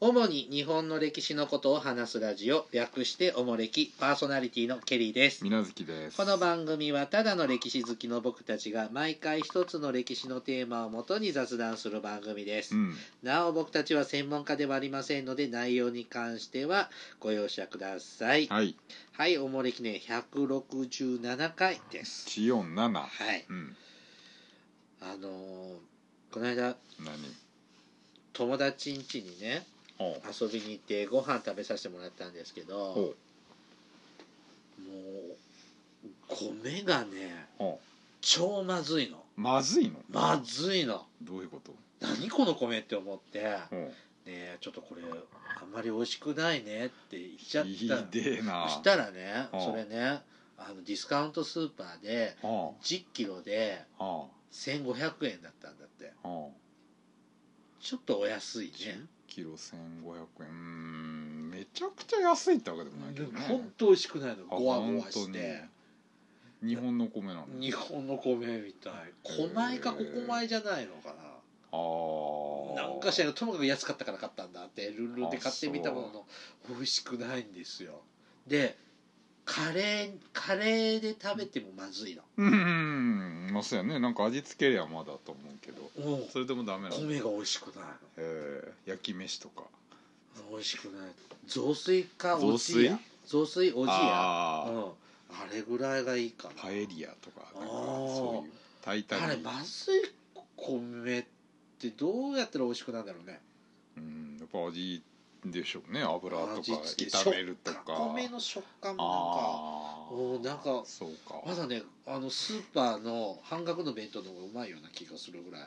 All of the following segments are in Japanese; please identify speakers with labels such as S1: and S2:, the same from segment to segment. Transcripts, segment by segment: S1: 主に日本の歴史のことを話すラジオ略しておもれきパーソナリティのケリーです
S2: みなずきです
S1: この番組はただの歴史好きの僕たちが毎回一つの歴史のテーマをもとに雑談する番組です、
S2: うん
S1: なお僕たちは専門家ではありませんので内容に関してはご容赦ください
S2: はい
S1: はい、おもれきね167回です
S2: 四四七
S1: はい
S2: うん
S1: あのーこの間
S2: 何
S1: 友達ん家にね
S2: おう
S1: 遊びに行ってご飯食べさせてもらったんですけども
S2: お
S1: う米がね
S2: お
S1: 超まずいの
S2: まずいの
S1: まずいの
S2: どういうこと
S1: 何この米って思って
S2: おう
S1: ねえちょっとこれあんまり美味しくないねって言っちゃっ
S2: ひ
S1: た
S2: でえな
S1: そしたらね
S2: うん
S1: それねあのディスカウントスーパーで
S2: おう
S1: 1 0キロで
S2: おう
S1: 1500円だったんだって
S2: おう
S1: ちょっとお安いね
S2: キロ千五百円うーんめちゃくちゃ安いってわけでもないけ
S1: で
S2: ど
S1: も
S2: ね
S1: ほんと美味しくないの
S2: あ
S1: ゴワゴワし
S2: 本当
S1: て
S2: に日本の米なの
S1: 日本の米みたい米かここ米じゃないのか
S2: あ
S1: な
S2: あ
S1: なんかしらともかく安かったから買ったんだってルンルンで買ってみたものの美味しくないんですよでカレーカレーで食べてもまずいの
S2: うんうんうんまあそうやねなんか味付けりゃまだと思うけど
S1: もう
S2: それでもダメなのへ
S1: 米が美味しくない
S2: え焼き飯とか
S1: の美味しくない雑炊か
S2: 雑
S1: おじ
S2: 炊
S1: や雑炊おじや
S2: あ
S1: う
S2: あ
S1: んあれぐらいがいいかな
S2: パエリアとかなんか
S1: あー
S2: そういう炊い
S1: あ
S2: た
S1: れ
S2: り、
S1: まずい米ってどうやったら美味しくなるんだろうね
S2: うんやっぱ味でしょうね油とか
S1: 味付け
S2: 炒めると
S1: 食
S2: か
S1: 感米の食感も
S2: あー
S1: おーなんか
S2: そうか
S1: なんかまだねあのスーパーの半額の弁当の方がうまいような気がするぐらい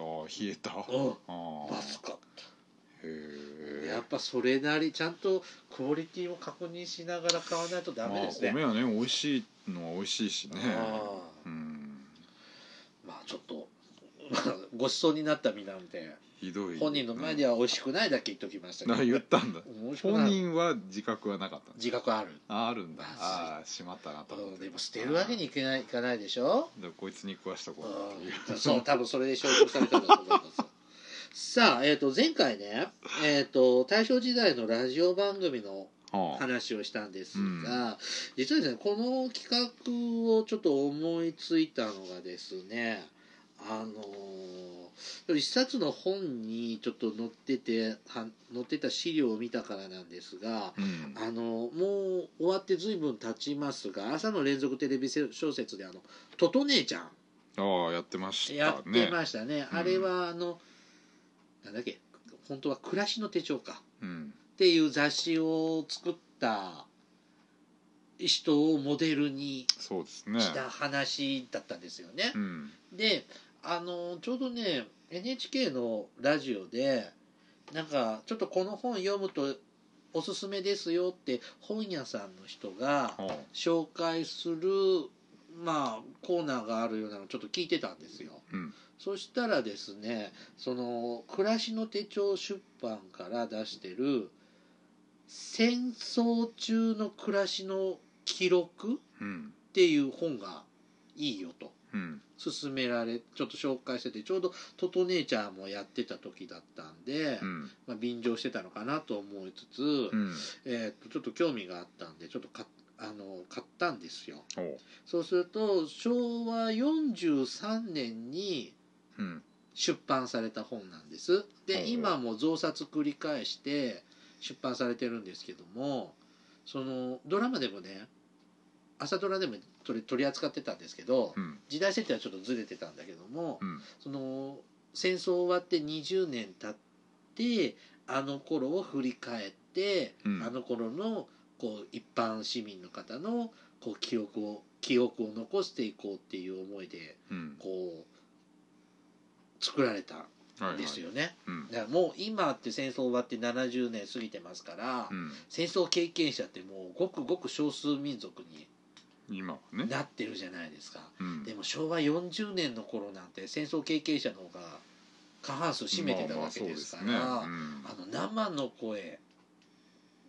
S2: あー冷えたあ
S1: うん
S2: ー
S1: まずかっ
S2: へ
S1: た
S2: え
S1: やっぱそれなりちゃんとクオリティを確認しながら買わないとダメですね
S2: まあ、米はね美味しいのは美味しいしね
S1: あー
S2: うん
S1: まあちょっと まあごちそうになった身なんで
S2: ひどい
S1: 本人の前で
S2: は
S1: は美味しくないだけ言っときましたけど
S2: 言ったん だ
S1: 美味しく
S2: 本
S1: ない
S2: 人は自覚はなかったんだ
S1: 自覚ある
S2: あーあるんだ
S1: まずい
S2: ああーしまったなと思っ
S1: うん
S2: て
S1: でも捨てるわけにいけないいかないでしょ
S2: あーでもこいつに食わしとこうっていう
S1: うんそう多分それで消毒されたんだと思いますさあ、えー、と前回ね、えー、と大正時代のラジオ番組の
S2: あー
S1: 話をしたんですが、実はですねこの企画をちょっと思いついたのがですねあのー一冊の本にちょっと載ってては載ってた資料を見たからなんですが、
S2: うん
S1: あのもう終わって随分経ちますが朝の連続テレビ小説で「あのトト姉ちゃん
S2: ああやってま」し
S1: や
S2: た
S1: っ
S2: ね
S1: てましたねあれはあの、なんだっけ本当は「暮らしの手帳か」
S2: うん
S1: っていう雑誌を作った人をモデルに
S2: そうですね
S1: した話だったんですよね。
S2: うん
S1: であのちょうどね NHK のラジオでなんかちょっとこの本読むとおすすめですよって本屋さんの人が
S2: おう
S1: 紹介するまあコーナーがあるようなのをちょっと聞いてたんですよ。
S2: うん
S1: そしたらですねその「暮らしの手帳出版」から出してる戦争中の暮らしの記録
S2: うん
S1: っていう本がいいよと。
S2: うん
S1: 勧められちょっと紹介しててちょうどトト姉ちゃんもやってた時だったんで、
S2: うん
S1: まあ、便乗してたのかなと思いつつ、
S2: うん
S1: えーっとちょっと興味があったんでちょっとかあの買ったんですよ
S2: おう
S1: そうすると昭和43年に
S2: うん
S1: 出版された本なんです
S2: ほう
S1: で今も増刷繰り返して出版されてるんですけどもそのドラマでもね朝ドラでも取り取り扱ってたんですけど、
S2: うん
S1: 時代設定はちょっとずれてたんだけども、
S2: うん
S1: その戦争終わって20年経ってあの頃を振り返って、
S2: うん
S1: あの頃のこう一般市民の方のこう記憶を記憶を残していこうっていう思いで
S2: うん
S1: こう作られた
S2: はいは
S1: ん
S2: い
S1: ですよね。
S2: うん
S1: だからもう今って戦争終わって70年過ぎてますから、
S2: うん
S1: 戦争経験者ってもうごくごく少数民族に
S2: 今はね
S1: なってるじゃないですか。
S2: うん
S1: でも昭和40年の頃なんて戦争経験者の方が過半数占めてたわけですから、
S2: まあまあ
S1: あ
S2: そうですね
S1: の生の声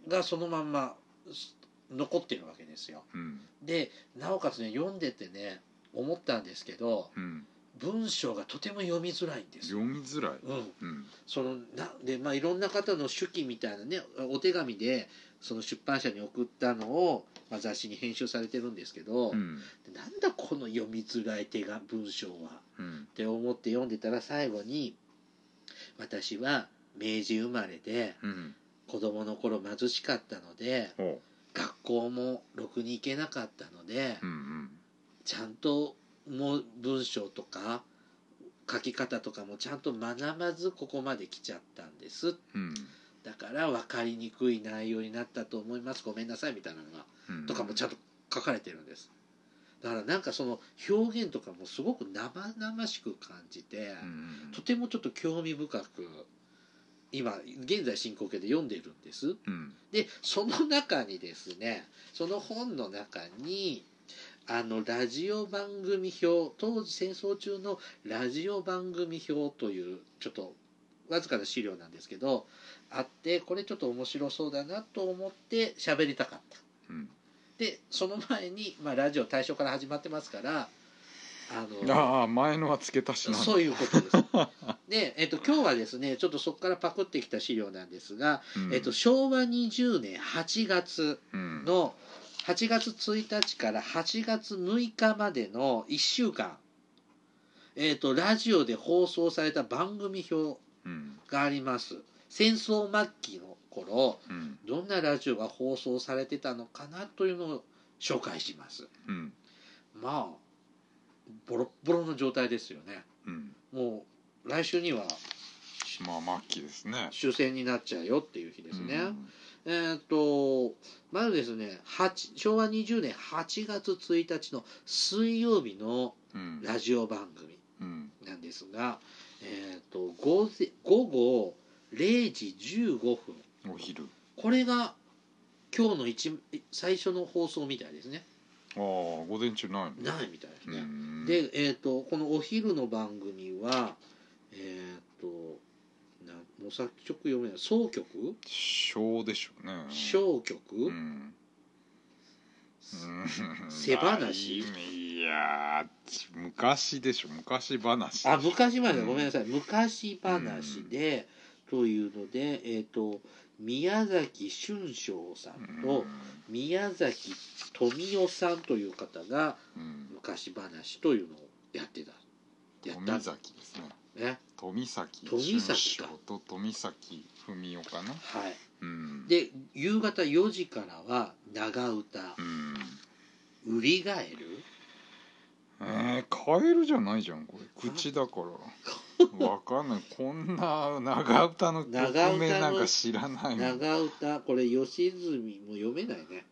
S1: がそのまんまし残ってるわけですよ。
S2: うん
S1: でなおかつね読んでてね思ったんですけど
S2: うん
S1: 文章がとても読みづらいんですよ。
S2: 読みづらい
S1: うん、
S2: うん
S1: そのなでまあいろんな方の手記みたいなねお手紙でその出版社に送ったのを、まあ、雑誌に編集されてるんですけど、
S2: うん
S1: なんだこの読みづらい手が文章は。
S2: うん
S1: って思って読んでたら最後に「私は明治生まれで
S2: うん
S1: 子供の頃貧しかったので
S2: ほ
S1: 学校もろくに行けなかったので
S2: ううん
S1: ちゃんともう文章とか書き方とかもちゃんと学ばずここまで来ちゃったんです
S2: うんうん
S1: だから分かりにくい内容になったと思いますごめんなさい」みたいなのが
S2: うん
S1: とかもちゃんと書かれてるんですだからなんかその表現とかもすごく生々しく感じて。
S2: うんうん
S1: とてもちょっと興味深く今現在進行形で読んでるんです
S2: うん
S1: でその中にですねその本の中にあのラジオ番組表当時戦争中のラジオ番組表というちょっとわずかな資料なんですけどあってこれちょっと面白そうだなと思って喋りたかった
S2: うん
S1: でその前に、まあ、ラジオ大正から始まってますからあの
S2: ああ前のは付け足しな
S1: そう
S2: い
S1: いうこと です。で、えっと、今日はですね、ちょっとそこからパクってきた資料なんですが、えっと、昭和20年8月
S2: うん
S1: の、8月1日から8月6日までの1週間、えっと、ラジオで放送された番組表
S2: うん
S1: があります。戦争末期の頃、
S2: うん
S1: どんなラジオが放送されてたのかなというのを紹介します。
S2: うん
S1: まあ、ボロッボロの状態ですよね。
S2: うん
S1: もう来週には
S2: まあ末期ですね
S1: 終戦になっちゃうよっていう日ですね、
S2: うん
S1: えーっとまずですね8昭和20年8月1日の水曜日の
S2: うん
S1: ラジオ番組
S2: うん
S1: なんですが、えーっと午前午後0時15分
S2: お昼
S1: これが今日の一最初の放送みたいですね
S2: ああ午前中ないの
S1: ないみたいですね、
S2: うん
S1: で、えー、とこのお昼の番組はえっ、となもう作曲読めない総曲
S2: 小でしょうね
S1: 小曲、
S2: うんうん
S1: 背話
S2: いやー昔でしょ昔話
S1: あ昔話だ
S2: うん
S1: ごめんなさい、昔話で、というので、えー、と宮崎俊章さんと、宮崎富夫さんという方が
S2: うん
S1: 昔話というのをやってたやったん
S2: 富
S1: です
S2: 崎ですね
S1: ね
S2: 富崎
S1: 富崎か
S2: 俊章と富崎文夫かな
S1: はい
S2: うん
S1: で夕方4時からは長唄、
S2: うん
S1: ウリガエル
S2: えー、カエルじゃないじゃんこれ口だ からわかんないこんな長唄の曲名なんか知らないもん
S1: 長唄これ吉住も読めないね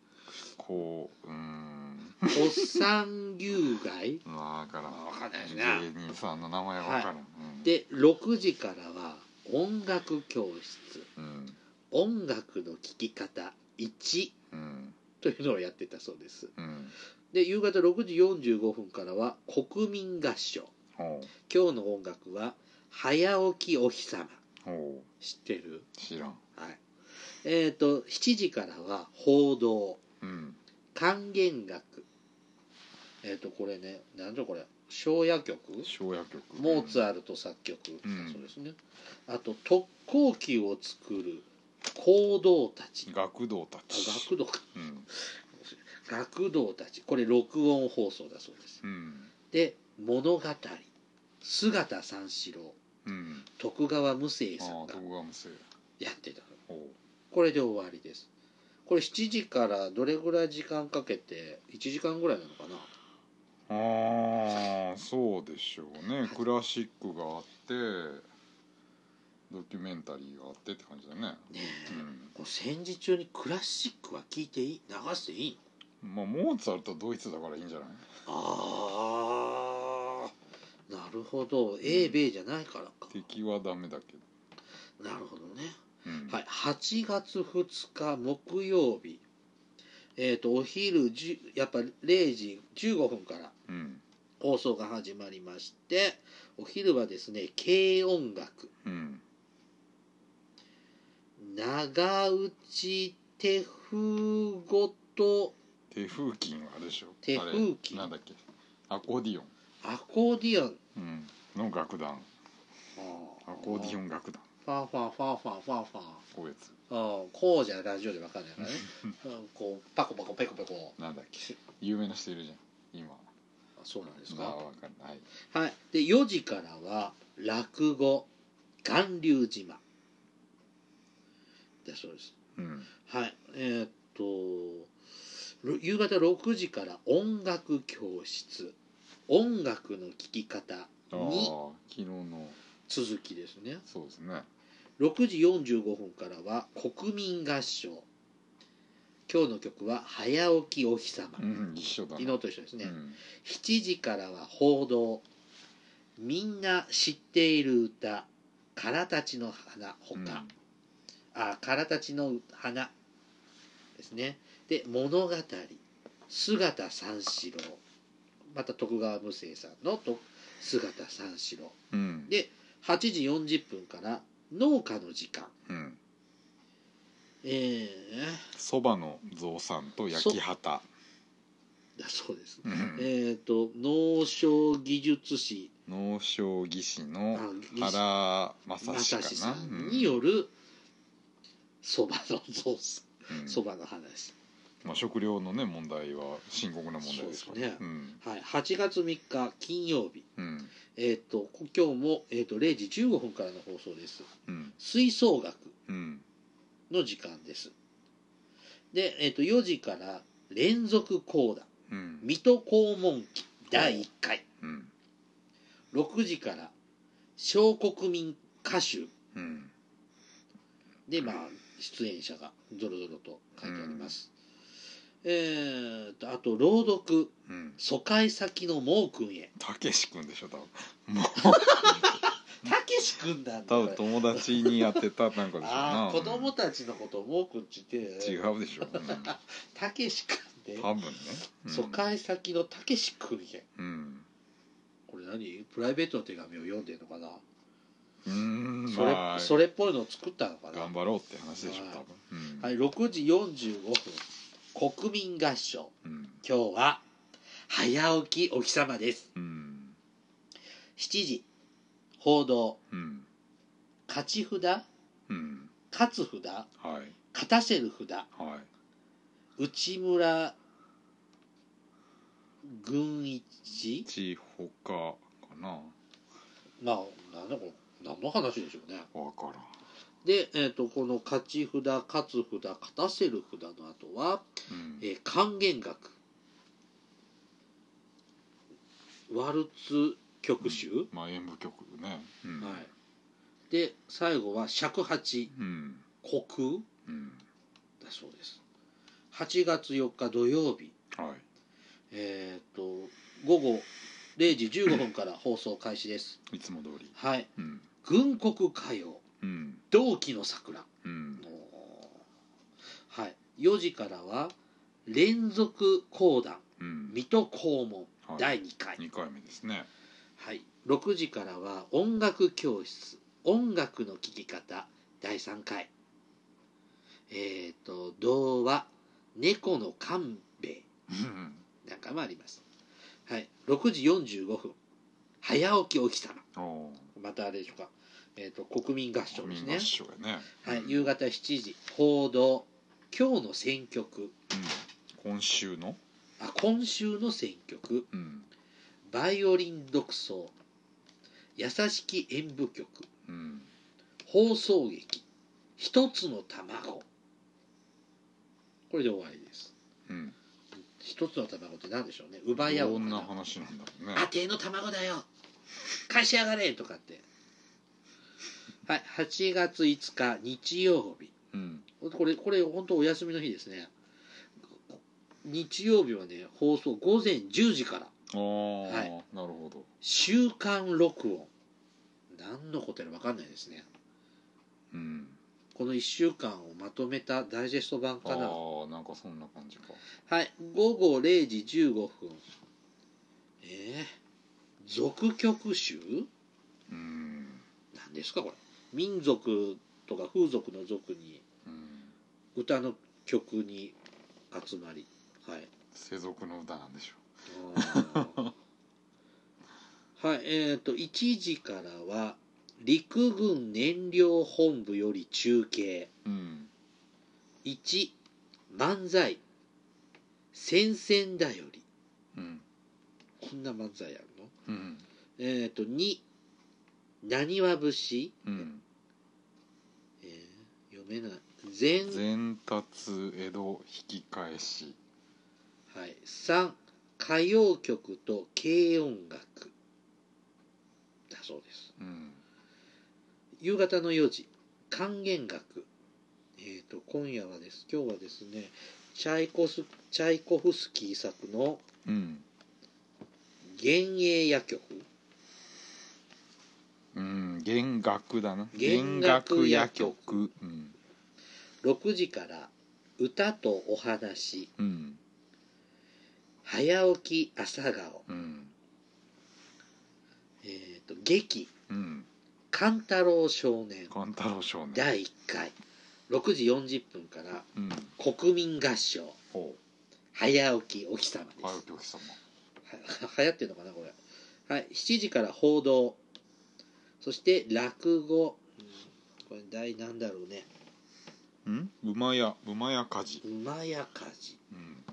S2: こううん
S1: 「おっさん牛街
S2: わからん
S1: わかんないですね
S2: 芸人さんの名前わからん、」うん
S1: で6時からは音楽教室
S2: うん
S1: 音楽の聴き方1
S2: うん
S1: というのをやってたそうです
S2: うん
S1: で夕方6時45分からは国民合唱
S2: ほ
S1: 今日の音楽は「早起きお日様
S2: うほ」
S1: 知ってる
S2: う知らん
S1: はいえっ、と7時からは報道
S2: うん
S1: 還元楽えっ、とこれねなんじゃこれ昭夜曲
S2: 昭和曲
S1: モーツァルト作曲、
S2: うん
S1: そうですねあと特攻機を作る行動たちあ
S2: 学童たち
S1: 学童か
S2: うん
S1: 学童たちこれ録音放送だそうです
S2: うん
S1: で物語姿三四郎
S2: うん
S1: 徳川無生
S2: あ
S1: さん
S2: あ
S1: が
S2: 徳川無生
S1: やってた
S2: ほ
S1: これで終わりですこれ7時からどれぐらい時間かけて1時間ぐらいなのかな
S2: うああそうでしょうねクラシックがあってドキュメンタリーがあってって感じだね
S1: ねえ、
S2: うん
S1: こう戦時中にクラシックは聴いていい流していい
S2: まあモーツァルトドイツだからいいんじゃない
S1: のああなるほど英米じゃないからか、
S2: 敵はダメだけど
S1: なるほどね、
S2: うん
S1: はい、8月2日木曜日えっ、とお昼10やっぱ0時15分から
S2: うん
S1: 放送が始まりましてお昼はですね軽音楽
S2: うん
S1: 長内手風ごと
S2: 手風琴はあれでしょ
S1: 手風琴
S2: あれなんだっけアコーディオン
S1: アコーディオン
S2: うん、の楽団アコーディオ
S1: ン
S2: ン楽団
S1: ファーファーファーファーファーファー
S2: こういうやつ
S1: うんこうじゃラジオでわかんない からねうんこうパコパコペコペコ
S2: なんだっけ有名な人いるじゃん今
S1: あそうなんです
S2: あ
S1: か
S2: わかんない
S1: はいで4時からは落語「巌流島」だそうです
S2: うん
S1: はいえーっとろ夕方6時から音楽教室音楽の聴き方
S2: ああ
S1: に
S2: ー昨日の
S1: 続きですね
S2: そうですね
S1: 6時45分からは国民合唱今日の曲は「早起きお日様
S2: う」ん一緒だ
S1: 昨日と一緒ですね、
S2: うん
S1: 7時からは報道みんな知っている歌「からたちの花」ほ
S2: うん
S1: か、あ「からたちの花」ですねで物語姿三四郎また徳川無生さんのと姿三四郎
S2: うん
S1: で8時40分から農家の時間
S2: うん
S1: え
S2: そばの象さんと焼き畑
S1: ー、だそうです
S2: うん
S1: えっ、と農商技術士
S2: 農商技師
S1: あ
S2: の
S1: 技師
S2: 原
S1: ま
S2: 正
S1: さ
S2: 史
S1: し
S2: か
S1: さ
S2: なん
S1: によるそばの雑炊
S2: うん
S1: そばの話、
S2: まあ、食料のね問題は深刻な問題ですから
S1: そうですね
S2: うん
S1: はい、8月3日金曜日、
S2: うん
S1: えっと今日も、えっと0時15分からの放送です
S2: うん
S1: 吹奏楽
S2: うん
S1: の時間ですで、えっと4時から連続講談「
S2: うん
S1: 水戸黄門記」第1回
S2: うん
S1: 6時から小国民歌手
S2: うん
S1: でまあ出演者がぞろぞろと書いてあります、えー、とあと朗読
S2: うん
S1: 「疎開先のもうくんへ
S2: たけし君でしょ多分もう」
S1: たけしくんだんだ
S2: 多
S1: これ
S2: 分友達にやってたなんかでしょう
S1: あ
S2: な
S1: あ子供たちのことをもうくんちって
S2: うん違うでしょうん
S1: たけしくんで、
S2: 多分ねうん
S1: 疎開先のたけしくんへ
S2: うん
S1: これ何プライベートの手紙を読んでるのかな、
S2: うーん
S1: それ
S2: まあ
S1: それっぽいのを作ったのかな
S2: 頑張ろうって話でしょ
S1: はい
S2: 多分うん
S1: はい6時45分国民合唱
S2: うん
S1: 今日は早起きお日様です
S2: うん
S1: 7時報道
S2: うん
S1: 勝ち札
S2: うん
S1: 勝つ札
S2: はい
S1: 勝たせる札
S2: はい
S1: 内村軍一
S2: ちほかかな
S1: まあ何のこれ何の話でしょうね
S2: わからん
S1: で、えー、とこの勝ち札勝つ札勝たせる札の後は、
S2: うん
S1: えー還元楽ワルツ曲集、
S2: まあ演舞曲ねうん
S1: はいで最後は尺八
S2: うん
S1: 虚空
S2: うん
S1: だそうです8月4日土曜日
S2: はい
S1: えっ、と午後0時15分から放送開始です
S2: いつも通り。
S1: はい
S2: うん。
S1: 軍国歌謡
S2: うん。
S1: 同期の桜
S2: うん。
S1: はい、4時からは連続講談
S2: うん。
S1: 水戸黄門
S2: はい
S1: 第2回、
S2: 二回目ですね。
S1: はい、6時からは音楽教室音楽の聴き方第3回えっ、と童話「猫の勘兵衛
S2: うん。」
S1: なんかもあります、はい、6時45分「早起きお日様
S2: おお。」
S1: またあれでしょうか、えー、と国民合唱ですね
S2: 合、唱やね。
S1: は
S2: う
S1: い、
S2: ん
S1: 夕方7時「報道今日の選曲」
S2: うん今週の。
S1: あ今週の選曲
S2: うん。
S1: 「バイオリン独奏」「優しき演舞曲」
S2: うん。
S1: 「放送劇」「一つの卵」これで終わりです
S2: うん。
S1: 一つの卵って何でしょうね奪い合お
S2: ど
S1: うん
S2: な
S1: かな
S2: 話なんだろう
S1: 「あ
S2: ね。
S1: ての卵だよ返しやがれ!」とかってはい8月5日日曜日
S2: うん。
S1: これこれ本当お休みの日ですね日曜日はね放送午前10時から
S2: ああ、
S1: はい
S2: なるほど。
S1: 週刊録音何のことやら分かんないですね
S2: うん。
S1: この1週間をまとめたダイジェスト版
S2: あ
S1: かな
S2: あ、なんかそんな感じか。
S1: はい午後0時15分えー、俗曲集
S2: うん。
S1: 何ですかこれ民族とか風俗の俗に
S2: うん。
S1: 歌の曲に集まりはい
S2: 世俗の歌なんでしょ
S1: あーはい、えっ、と、1時からは、陸軍燃料本部より中継。
S2: うん
S1: 1、漫才。戦線だより。
S2: うん
S1: こんな漫才やるの
S2: うん
S1: えっ、と、2、なにわ節。
S2: うん
S1: えー読めない。全、
S2: 伝達江戸引き返し
S1: はい。3、歌謡曲と軽音楽。だそうです。
S2: うん
S1: 夕方の4時還元楽えっ、と今夜はです今日はですねチャイコスチャイコフスキー作の
S2: うん
S1: 「幻影夜曲
S2: うん弦楽だな
S1: 弦楽野曲
S2: うん」
S1: 6時から「歌とお話
S2: うん」
S1: 「早起き朝顔
S2: うん」
S1: えっ、と劇
S2: うん
S1: 「勘太郎少年
S2: 勘太郎少」年
S1: 第1回6時40分から
S2: うん
S1: 「国民合唱
S2: ほ
S1: 早起きお日様」
S2: う
S1: です、
S2: はいお客様
S1: は流行ってるのかなこれはい7時から報道そして落語、うんこれ第何だろうね
S2: うん馬屋馬屋火事
S1: 馬やかじ
S2: うん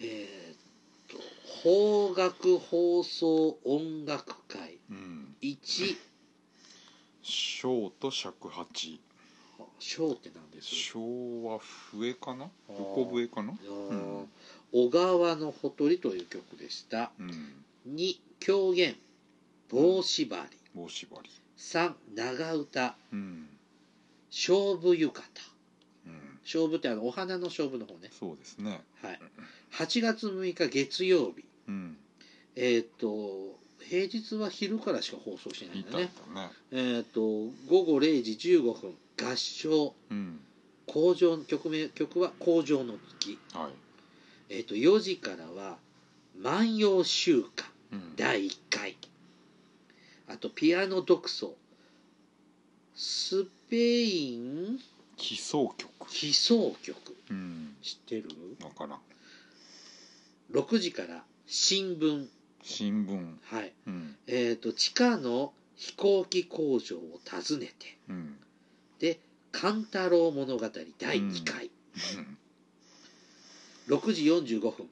S1: えーっと邦楽放送音楽会
S2: うん
S1: 1
S2: 小と尺八
S1: 章ってなんです
S2: 昭和笛かな
S1: あー
S2: 横笛かな
S1: あー
S2: うん
S1: 小川のほとりという曲でした
S2: うん
S1: 2狂言棒縛り
S2: 棒縛り
S1: 3長唄
S2: うん
S1: 勝負浴衣
S2: うん
S1: 勝負ってあのお花の勝負の方ね
S2: そうですね
S1: はい、8月6日月曜日、
S2: うん
S1: えーっと平日は昼からしか放送しない
S2: い
S1: ん
S2: た
S1: だ
S2: ん
S1: ね、
S2: だね
S1: えーっと午後0時15分合唱
S2: うん
S1: 工場曲名曲は「工場の月
S2: はい」
S1: えーっと4時からは「万葉集歌
S2: うん」
S1: 第1回あとピアノ独奏スペイン
S2: 奇想曲
S1: 悲壮曲
S2: うん
S1: 知ってる
S2: わからん
S1: 6時から新聞
S2: 新聞
S1: はい
S2: うん
S1: えー、と地下の飛行機工場を訪ねて
S2: うん
S1: 「勘太郎物語」第2回、6時45分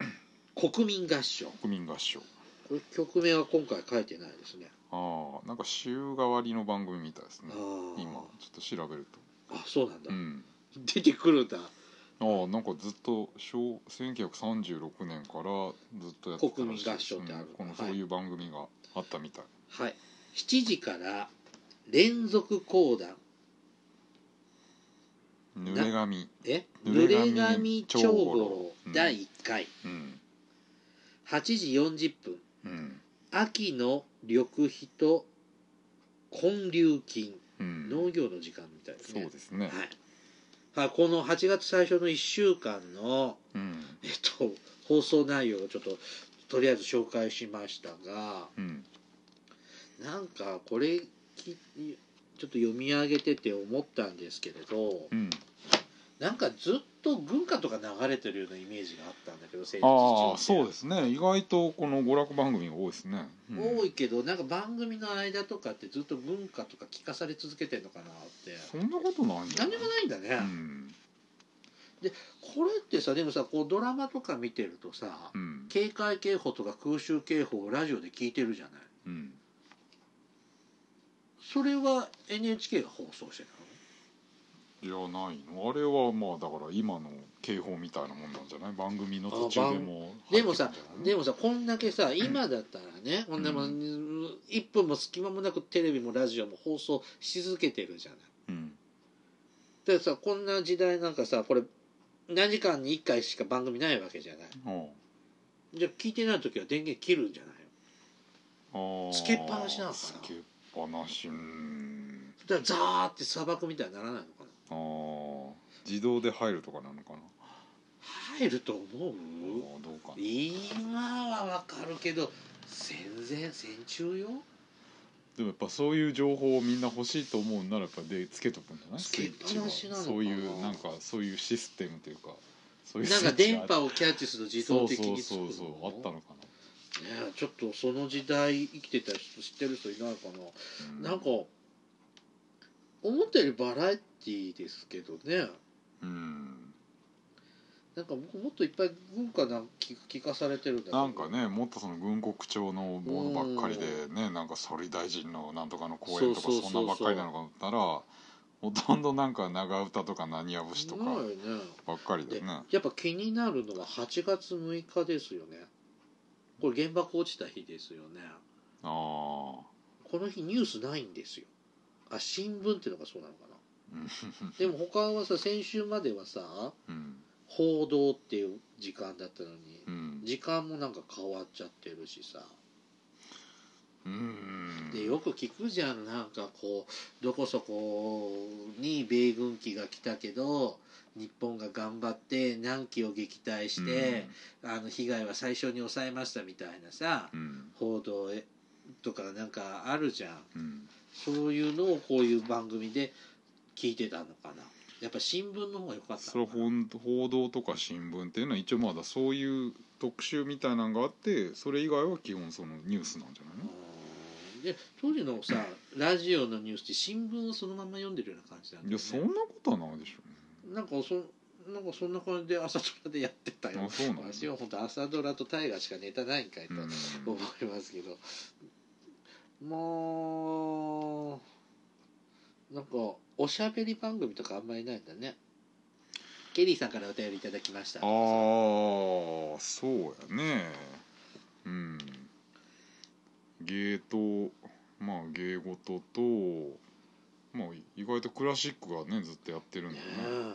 S1: 国民合唱
S2: 国民合唱
S1: これ曲名は今回書いてないですね
S2: ああなんか週替わりの番組みたいです
S1: あ
S2: ね
S1: ー
S2: 今ちょっと調べる
S1: あそうなんだ、
S2: とうん
S1: 出てくるんだ
S2: ああなんかずっと昭1936年からずっとやってたらしいです
S1: 国民合唱ってある
S2: うんこの
S1: は
S2: そ
S1: いう
S2: いう番組があったみたい、
S1: はい7時から連続講談
S2: 濡れ髪
S1: え濡
S2: 濡れ
S1: れ
S2: 髪
S1: 髪長五郎
S2: うん
S1: 第1回、
S2: うん
S1: 8時40分
S2: うん
S1: 秋の緑肥と根粒菌
S2: うん
S1: 農業の時間みたいです
S2: そ
S1: ね
S2: うですね、
S1: はい、はい、この8月最初の1週間の、
S2: うん
S1: えっと、放送内容をちょっととりあえず紹介しましたが
S2: うん
S1: なんかこれきちょっと読み上げてて思ったんですけれど
S2: うん
S1: なんかずっと軍歌とか流れてるようなイメージがあったんだけど政、
S2: ああそうですすね意外とこの娯楽番組が多いですね、うん
S1: 多いけどなんか番組の間とかってずっと文化とか聞かされ続けてるのかなって
S2: そんなことないんじゃ
S1: 何
S2: な
S1: で
S2: い
S1: もないんだね、
S2: うん
S1: これってさでもさこうドラマとか見てるとさ、
S2: うん
S1: 警戒警報とか空襲警報をラジオで聞いてるじゃない
S2: うん
S1: それは NHK が放送して
S2: いやないのあれはまあだから今の警報みたいなもんなんじゃない番組の途中で
S1: た
S2: も
S1: のでもさで
S2: も
S1: もさこんだけさ今だったらね、こんなもん
S2: う
S1: 1分も隙間もなくテレビもラジオも放送し続けてるじゃない
S2: うん
S1: だからさこんな時代なんかさこれ何時間に1回しか番組ないわけじゃない
S2: あ
S1: じゃあ聞いてない時は電源切るんじゃないの
S2: あー
S1: つけっぱなしなのかな
S2: つけっぱなしうん
S1: だからザーって砂漠みたいにならないのかな
S2: あー自動で入るとかなのかな
S1: 入ると思
S2: あ
S1: う
S2: ーどうかな
S1: 今はわかるけど戦前戦中よ
S2: でもやっぱそういう情報をみんな欲しいと思うならやっぱでつけとくんじゃない
S1: つけっぱなしなのかな
S2: スイッチはそういうなんかそういうシステムというかそういう
S1: なんか
S2: スイッチ
S1: 電
S2: が
S1: 波をキャッチすると自動的につく
S2: そうそうそうそうあったのか
S1: ねちょっとその時代生きてた人知ってる人いないか
S2: うん
S1: な、なんか思ったよりバラエティーですけどね
S2: うん
S1: なんか僕もっといっぱい文化な聞聞かされてるんだけど
S2: なんかねもっとその軍国調のものばっかりでねなんか総理大臣のなんとかの講演とか
S1: そうそうそ
S2: そ
S1: うんそう
S2: な
S1: ん
S2: ばっかりなのかと思ったらほとんどなんか長唄とか何や節とか
S1: ないよね
S2: ばっかり
S1: で
S2: でね
S1: やっぱ気になるのは8月6日ですよねこれ原爆落ちた日ですよね
S2: ああ
S1: この日ニュースないんですよあ新聞っていうのがそうなのかな
S2: うん
S1: でも他はさ先週まではさ
S2: うん
S1: 報道っていう時間だったのに
S2: うん
S1: 時間もなんか変わっちゃってるしさ
S2: うん
S1: でよく聞くじゃんなんかこうどこそこに米軍機が来たけど日本が頑張って何機を撃退して、あの被害は最初に抑えましたみたいなさ
S2: うん
S1: 報道とかなんかあるじゃん
S2: うん
S1: そういうのをこういう番組で聞いてたのかなやっぱ新聞の方が良かった
S2: そ
S1: の
S2: れ
S1: かな
S2: ほん報道とか新聞っていうのは一応まだそういう特集みたいなのがあってそれ以外は基本そのニュースなんじゃないの
S1: うんで当時のさラジオのニュースって新聞をそのまま読んでるような感じなん
S2: い
S1: だよ
S2: やそん
S1: ね
S2: なことはないでし
S1: なんかそなんかそんな感じで朝ドラでやってた
S2: ょ
S1: よ
S2: あそうなの
S1: 私は本当朝ドラと大河しかネタないんかいと
S2: うん
S1: 思いますけど、もうなんかおしゃべり番組とかあんまりないんだねケリーさんからお便りいただきました
S2: ああそうやねうん芸とまあ芸事とまあ意外とクラシックがねずっとやってるん
S1: ね
S2: だよね
S1: え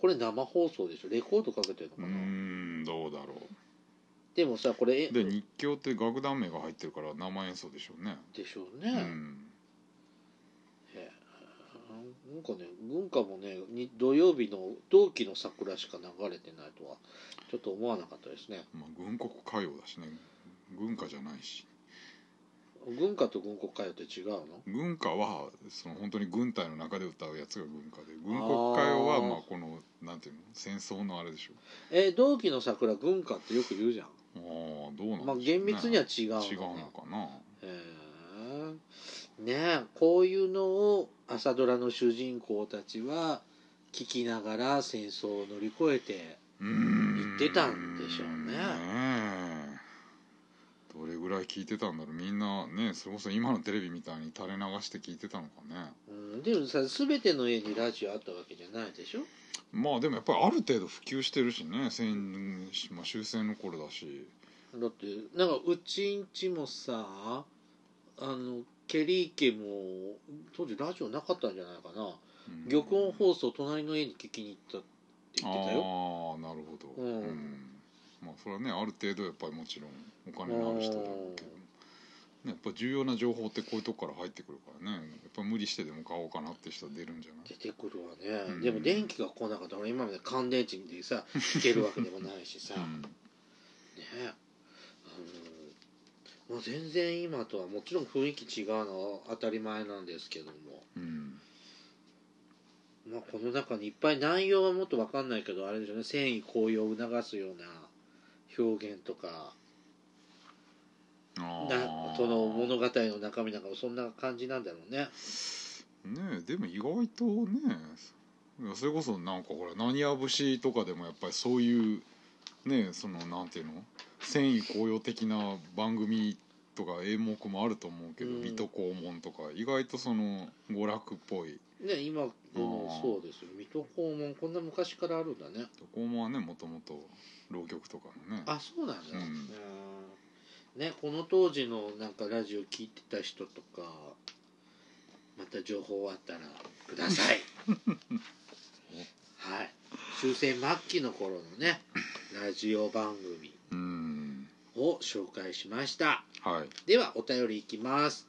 S1: これ生放送でしょレコードかけてるの
S2: う
S1: かな、
S2: んどうだろ
S1: でもさこれえ
S2: うで日教って楽団名が入ってるから生演奏でしょうね
S1: でしょう
S2: う
S1: ね、
S2: ん
S1: ええなんかね文化もねに土曜日の同期の桜しか流れてないとはちょっと思わなかったですね
S2: まあ軍国歌謡だしね軍歌じゃないし
S1: 軍歌と軍国歌謡って違うの
S2: 軍歌はその本当に軍隊の中で歌うやつが軍歌で軍国歌謡は
S1: あー
S2: まあこのなんていうの戦争のあれでしょ
S1: えー同期の桜軍歌ってよく言うじゃん、
S2: ああどうなんでしょうね
S1: まあ厳密には違うのね
S2: 違うのかな
S1: へえねえこういうのを朝ドラの主人公たちは聞きながら戦争を乗り越えて
S2: 言
S1: 言ってたんでしょうね
S2: どれぐらい聞いてたんだろうみんなねそれこそ今のテレビみたいに垂れ流して聞いてたのかね
S1: うんでもさ全ての家にラジオあったわけじゃないでしょ
S2: まあでもやっぱりある程度普及してるしね戦、まあ、終戦の頃だし
S1: だってなんかうちんちもさあのケリー家も当時ラジオなかったんじゃないかな
S2: うん
S1: 玉音放送隣の家に聞きに行ったって言ってたよ
S2: ああなるほど、
S1: うん
S2: まあそれはねある程度やっぱりもちろんお金のある人だろうけど、ね、やっぱ重要な情報ってこういうとこから入ってくるからねやっぱ無理してでも買おうかなって人は出るんじゃない
S1: 出てくるわね、
S2: うん
S1: でも電気が来なかったら俺今まで乾電池で さ聞けるわけでもないしさ、ねえあのもう全然今とはもちろん雰囲気違うのは当たり前なんですけども、
S2: うん、うん
S1: まあ、この中にいっぱい内容はもっと分かんないけどあれですよね戦意高揚を促すような表現とか
S2: あ
S1: な
S2: ー
S1: その物語の中身なんかもそんな感じなんだろうね
S2: ねえでも意外とねそれこそなんかほら何や節とかでもやっぱりそういうねえそのなんていうの戦意高揚的な番組とか演目もあると思うけど
S1: うん
S2: 「水戸黄門」とか意外とその娯楽っぽい
S1: ね今でも
S2: あー
S1: そうですよ水戸黄門こんな昔からあるんだね
S2: 「水戸黄門」はねもともと浪曲とかのね
S1: あそうなんだ、
S2: うん
S1: うんねこの当時のなんかラジオ聞いてた人とかまた情報あったらくださ いはい終戦末期の頃のねラジオ番組
S2: うん
S1: を紹介しました
S2: はい
S1: ではお便りいきます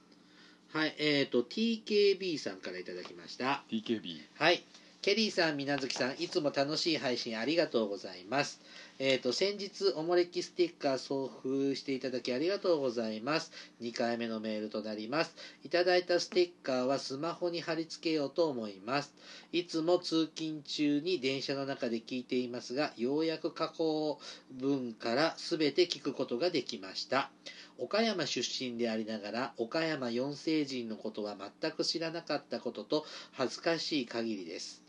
S1: はいえー、と TKB さんからいただきました
S2: TKB
S1: はいケリーさん、みなずきさん、いつも楽しい配信ありがとうございます。えっ、と、先日、おもれきステッカー送付していただきありがとうございます。2回目のメールとなります。いただいたステッカーはスマホに貼り付けようと思います。いつも通勤中に電車の中で聞いていますが、ようやく加工文からすべて聞くことができました。岡山出身でありながら、岡山四世人のことは全く知らなかったことと恥ずかしい限りです。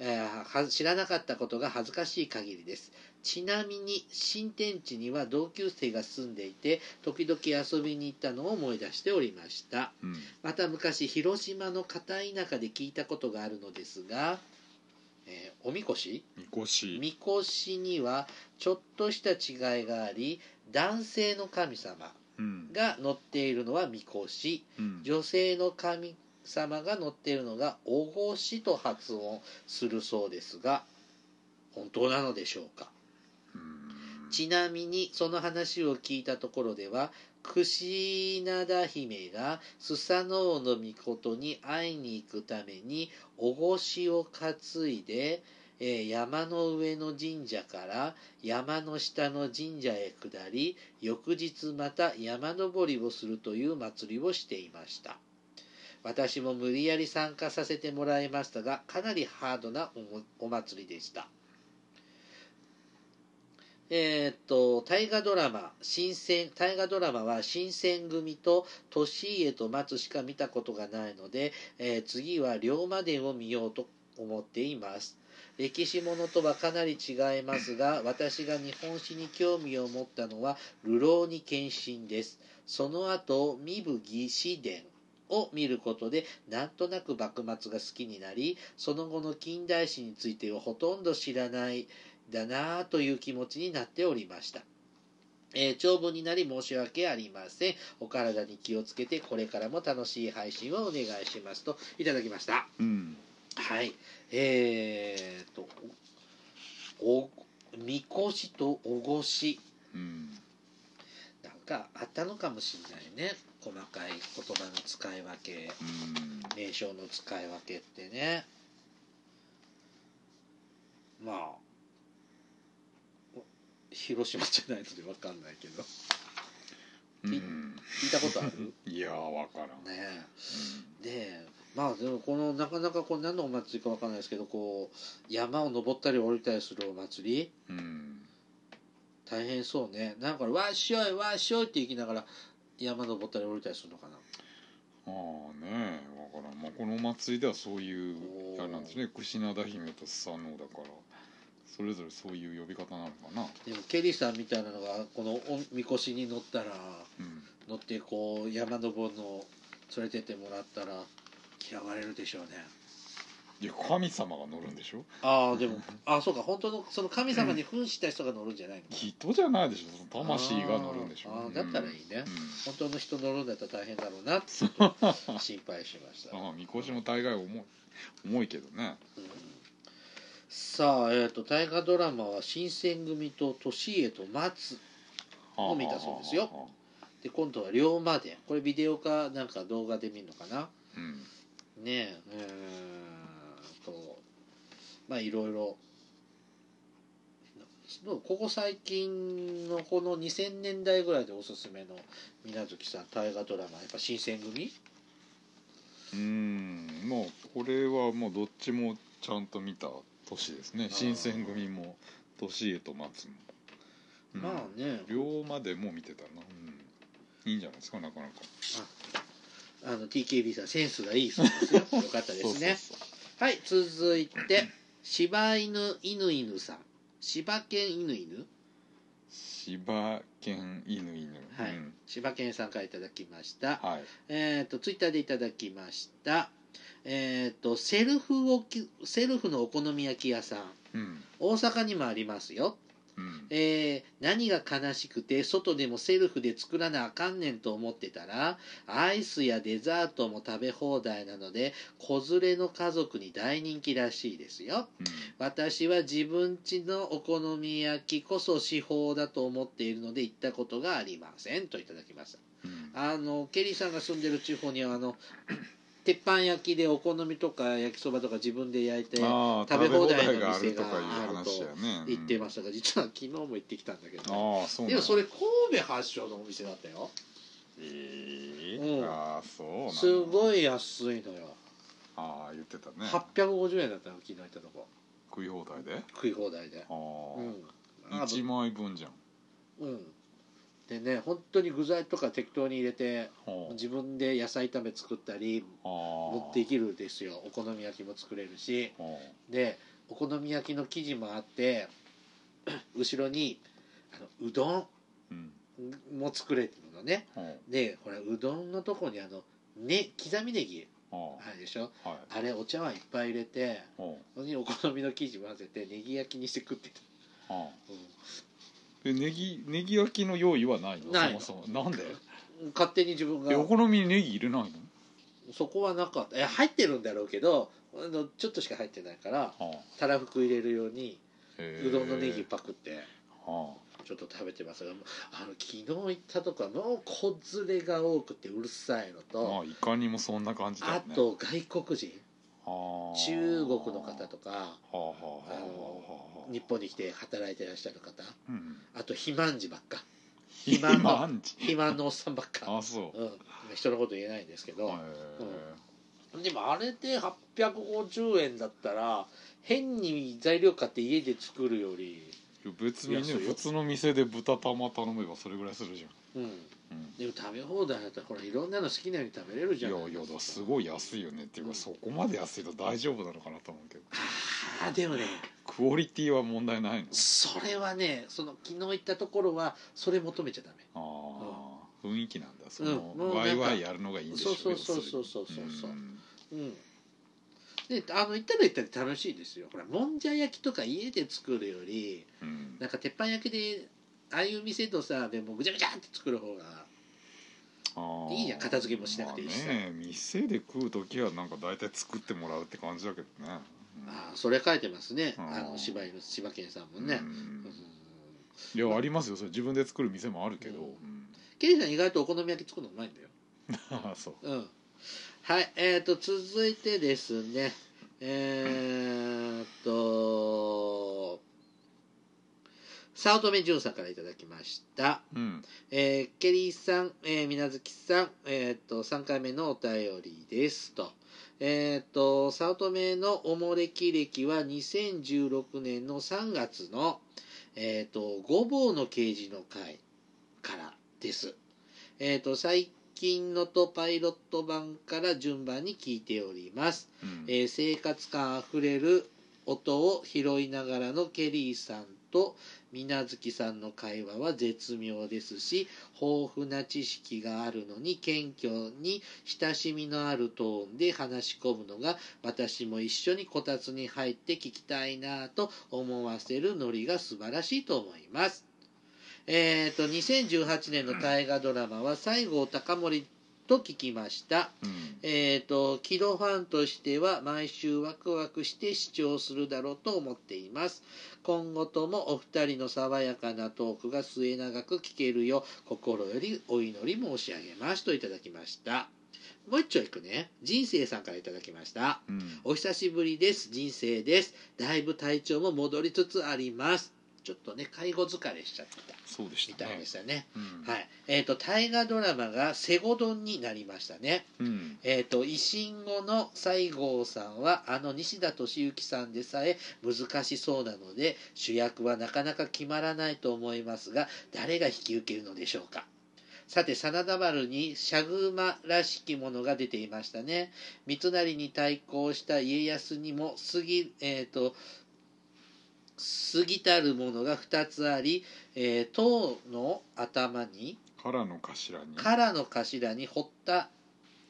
S1: えーは知らなかったことが恥ずかしい限りです。ちなみに新天地には同級生が住んでいて、時々遊びに行ったのを思い出しておりました。
S2: うん
S1: また昔広島の片田舎で聞いたことがあるのですが、えーおみこし
S2: みこし
S1: みこしにはちょっとした違いがあり男性の神様
S2: うん
S1: が乗っているのはみこし
S2: うん
S1: 女性の神様が乗っているのがおごしと発音するそうですが本当なのでしょうか
S2: うん
S1: ちなみにその話を聞いたところでは櫛灘姫がスサノオノミコトに会いに行くためにおごしを担いで、えー山の上の神社から山の下の神社へ下り翌日また山登りをするという祭りをしていました私も無理やり参加させてもらいましたがかなりハードなおもお祭りでしたえーっと大河ドラマ新選大河ドラマは新選組と利家と松しか見たことがないので、えー次は龍馬伝を見ようと思っています歴史ものとはかなり違いますが私が日本史に興味を持ったのは「流浪に献身」ですその後身武義士伝」を見ることでなんとなく幕末が好きになりその後の近代史についてはほとんど知らないだなあという気持ちになっておりました、えー長文になり申し訳ありませんお体に気をつけてこれからも楽しい配信をお願いしますといただきました
S2: うん
S1: はいえー、とおおみこしとおごし
S2: うん
S1: なんかあったのかもしれないね細かい言葉の使い分け
S2: うん
S1: 名称の使い分けってねまあ広島じゃないので分かんないけど
S2: うん
S1: 聞いたことある
S2: いやーわからん
S1: ねえでまあでもこのなかなかこう何のお祭りか分かんないですけどこう山を登ったり降りたりするお祭り
S2: うんうん
S1: 大変そうねなんか「わっしょいわっしょい」って言いながら山登ったり降りたりするのかな
S2: ああねえわからん、まあ、このお祭りではそうい
S1: お
S2: う
S1: ー
S2: あれなんですね櫛灘姫とスサノオだからそれぞれそういう呼び方なのかな
S1: でもケリーさんみたいなのがこのおみこしに乗ったら
S2: うん
S1: 乗ってこう山登るのを連れてってもらったら嫌われるでしょうね
S2: いや神様が乗るんでしょ
S1: ああでもあそうか本当のその神様に扮した人が乗るんじゃないの
S2: 人じゃないでしょその魂が乗るんでしょ
S1: あーあーだったらいいね、
S2: う
S1: 本当の人乗るんだったら大変だろうなってちょ っと心配しました、
S2: ん、ああみこしも大概重い重いけどね
S1: うんさあえっ、と大河ドラマは新選組と利家と松を見たそうですよ
S2: はあはあは
S1: で今度は龍馬伝これビデオかなんか動画で見るのかな
S2: あうん
S1: ねえうーんとまあいろいろのここ最近のこの2000年代ぐらいでおすすめの水月さん大河ドラマやっぱ新選組
S2: うんもうこれはもうどっちもちゃんと見た年ですね
S1: ー
S2: 新選組も年へと松も、うん
S1: まあね
S2: 龍馬でも見てたな、うん、いいんじゃないですかなかなか
S1: あの TKB さんセンスがいいそう ですよよかったですね
S2: そうそう
S1: はい続いて柴犬犬犬さん柴犬犬犬
S2: 柴犬犬犬
S1: はい
S2: うん
S1: 柴犬さんからいただきました
S2: はい、
S1: えっ、と、ツイッターでいただきました。えっ、と、セルフおき、セルフのお好み焼き屋さん。
S2: うん
S1: 大阪にもありますよ。
S2: うん
S1: えー何が悲しくて外でもセルフで作らなあかんねんと思ってたらアイスやデザートも食べ放題なので子連れの家族に大人気らしいですよ
S2: うん
S1: 私は自分家のお好み焼きこそ至宝だと思っているので行ったことがありませんといただきました
S2: うん
S1: あのケリーさんが住んでる地方にはあの 鉄板焼きでお好みとか焼きそばとか自分で焼いて
S2: あー
S1: 食べ放題の店が
S2: 食べ放題があるとかいう話やね、
S1: 行って
S2: ま
S1: ましたが実は昨日も行ってきたんだけどね、
S2: ああそう
S1: でも
S2: なんや
S1: それ神戸発祥のお店だったよ
S2: ええ
S1: うん
S2: ああそうなんだ
S1: すごい安いのよ
S2: ああ言ってたね
S1: 850円だったの昨日行ったとこ
S2: 食い放題で
S1: 食い放題で
S2: ああ、
S1: うんあ
S2: 1枚分じゃん
S1: うんでね本当に具材とか適当に入れて
S2: ほう
S1: 自分で野菜炒め作ったり
S2: ああ
S1: 持っていけるですよお好み焼きも作れるし
S2: ほ
S1: でお好み焼きの生地もあって 後ろにあのうどん
S2: ううん
S1: も作れてるのね
S2: ほう
S1: でほらうどんのとこにあの、ね、刻みネギ
S2: ほ
S1: あるでしょ
S2: うはい
S1: あれお茶碗いっぱい入れて
S2: ほ
S1: そ
S2: う
S1: こにお好みの生地混ぜてネギ焼きにして食ってた、
S2: ほ
S1: う
S2: うでネギネギ焼きの用意はないの
S1: ないの
S2: そもそもなんで
S1: ん勝手に自分が
S2: えお好みにネギ入れないの
S1: そこはなかったいや入ってるんだろうけどあのちょっとしか入ってないから
S2: はあ
S1: たらふく入れるように
S2: へえ
S1: うどんのネギパクって
S2: は
S1: ちょっと食べてますがあの昨日行ったとこはもう子連れが多くてうるさいの
S2: あ
S1: と、
S2: まあいかにもそんな感じだ
S1: あ
S2: よね
S1: と外国人
S2: はあ
S1: 中国の方とか
S2: はあはあはあ
S1: あ
S2: はあは
S1: の
S2: あ
S1: 日本に来て働いてらっしゃる方
S2: うん
S1: あと肥満児ばっか肥
S2: 今
S1: 満の
S2: 何時
S1: 肥満のおっさんばっか、
S2: あそう
S1: うん、人のこと言えないんですけど、
S2: へ
S1: でもあれで850円だったら変に材料買って家で作るより、
S2: え別に
S1: い
S2: ね
S1: やそうよ
S2: 普通の店で豚玉頼めばそれぐらいするじ
S1: うん、
S2: ゃんうん
S1: でも食べ放題だったらほらいろんなの好きなように食べれる
S2: い
S1: じゃ
S2: や
S1: ない
S2: いやだす
S1: い
S2: ごい安いよねっていう
S1: う
S2: か
S1: ん
S2: そこまで安いと大丈夫なのかなと思うけど
S1: あーでもね
S2: クオリティは問題ないの
S1: それはねその昨日行ったところはそれ求めちゃダメ
S2: ああ雰囲気なんだそ
S1: うんも
S2: の
S1: うなん
S2: ワ
S1: か
S2: イワイやるのがいいんでしょけど
S1: そうそうそう
S2: れ
S1: そうそうそうそうんうんであの行ったら行ったら楽しいですよほらもんじゃ焼きとか家で作るより
S2: うん
S1: なんか鉄板焼きでああいう店とさでもぐちゃぐちゃって作る方が
S2: あ あ
S1: いいじゃん片付けもしなくていいしさ
S2: まあね店で食う時はなんか大体作ってもらうって感じだけどねうん
S1: あーそれ書いてますね
S2: うん
S1: あの芝居の千葉県さんもね
S2: う、
S1: うんん、
S2: いやありますよそれ自分で作る店もあるけど、
S1: うん
S2: うん
S1: ケリーさん意外とお好み焼き作るのうまいんだよ
S2: ああ そう
S1: うんはいえー、と続いてですねえー、と早乙女潤さんからいただきました、
S2: うん
S1: えーケリーさん、えー、水無月さん、えー、と3回目のお便りですとえー、と早乙女のおもれき歴は2016年の3月のえー、とごぼうの刑事の会からですえー、と最近のとパイロット版から順番に聞いております、
S2: うん
S1: えー生活感あふれる音を拾いながらのケリーさんと水月さんの会話は絶妙ですし豊富な知識があるのに謙虚に親しみのあるトーンで話し込むのが私も一緒にこたつに入って聞きたいなぁと思わせるノリが素晴らしいと思います。えっ、と2018年の大河ドラマは西郷隆盛と聞きました。
S2: うん
S1: えー、と、キドファンとしては毎週ワクワクして視聴するだろうと思っています。今後ともお二人の爽やかなトークが末永く聞けるよう心よりお祈り申し上げますといただきました。もう一丁いくね。人生さんからいただきました。
S2: うん
S1: お久しぶりです。人生です。だいぶ体調も戻りつつあります。ちょっとね、介護疲れしちゃった
S2: そうでし
S1: み
S2: た
S1: たい
S2: ね
S1: でしたね。
S2: うん
S1: はい。えー、と、大河ドラマがセゴドンになりましたね。
S2: うん
S1: えー、と維新後の西郷さんはあの西田敏行さんでさえ難しそうなので主役はなかなか決まらないと思いますが誰が引き受けるのでしょうかさて真田丸にシャグ馬らしきものが出ていましたね三成に対抗した家康にも杉,、えー、と杉たるものが2つあり、えー唐の頭に
S2: からの頭に
S1: 唐の頭に堀田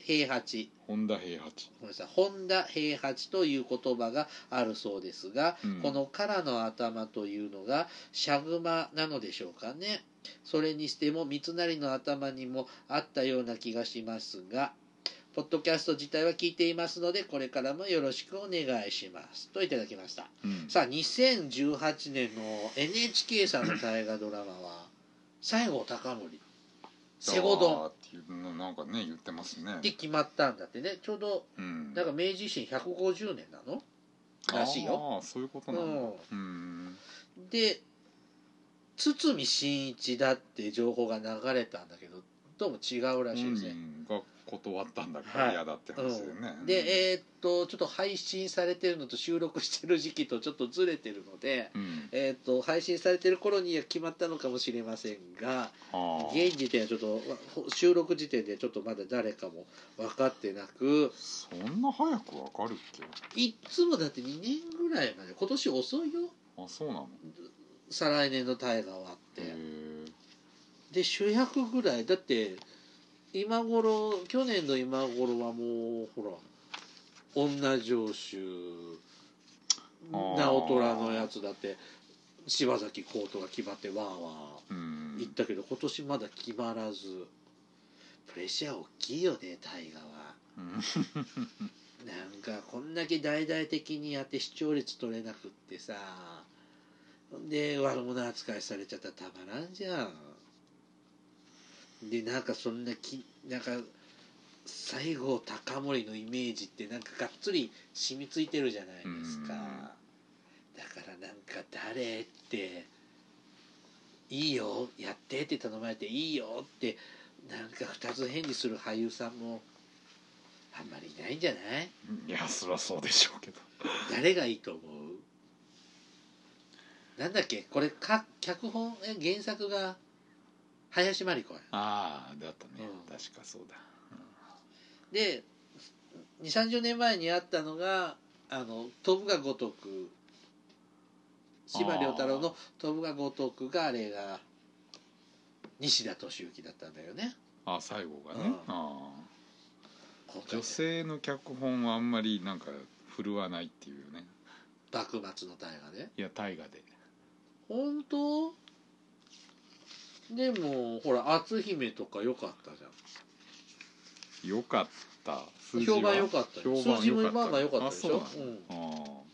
S1: 平八
S2: 本田平八、
S1: ごめんなさい本田平八という言葉があるそうですが、
S2: うん
S1: この「からの頭」というのがシャグマなのでしょうかねそれにしても三成の頭にもあったような気がしますがポッドキャスト自体は聞いていますのでこれからもよろしくお願いしますといただきました
S2: うん、
S1: さあ2018年の NHK さんの大河ドラマは西郷隆盛セゴドンっ
S2: っていうのなんかね言ってますね
S1: て決まったんだってねちょうど
S2: うん
S1: なんか明治維新150年なのらしいよ
S2: ああそういうことなんだうん
S1: で堤真一だって情報が流れたんだけどどうも違うらしい
S2: 本
S1: ですね、
S2: 人が断ったんだから嫌だって話だよね
S1: でえーっとちょっと配信されてるのと収録してる時期とちょっとずれてるので、
S2: うん
S1: えーっと配信されてる頃には決まったのかもしれませんが
S2: ああ
S1: 現時点はちょっとわ収録時点でちょっとまだ誰かも分かってなく
S2: そんな早くわかるっけ
S1: いっつもだって2年ぐらいまで今年遅いよ
S2: あそうなの
S1: 再来年の大河はあって。
S2: へえ
S1: で主役ぐらいだって今頃去年の今頃はもうほら女城主
S2: あー
S1: 直虎のやつだって柴咲コートが決まってわーわ
S2: う
S1: ー言っ
S2: ん
S1: たけど今年まだ決まらずプレッシャー大きいよね大河は。
S2: うん
S1: なんかこんだけ大々的にやって視聴率取れなくってさで悪者扱いされちゃったらたまらんじゃんでなんかそんなきなんか西郷隆盛のイメージってなんかがっつり染みついてるじゃないですか
S2: うん
S1: だからなんか「誰?」って「いいよやって」って頼まれて「いいよ」ってなんか二つ返事する俳優さんもあんまりいないんじゃない
S2: いやそりゃそうでしょうけど
S1: 誰がいいと思うなんだっけこれか脚本え原作が林真理子や
S2: ああだったね
S1: うん
S2: 確かそうだ
S1: で2 3 0年前にあったのが「あの飛ぶが如く」司馬遼太郎の「飛ぶが如く」があれが西田敏行だったんだよね
S2: あ最後が
S1: う
S2: ね
S1: ん
S2: ああ
S1: 今回
S2: 女性の脚本はあんまりなんか振るわないっていうね
S1: 幕末の大河で
S2: いや大河で
S1: 本当でもほら篤姫とか良かったじゃん
S2: よかった数
S1: 評判良かったよ
S2: 評判
S1: 数字も
S2: 良
S1: まあまあ良かったでしょ
S2: あそうなの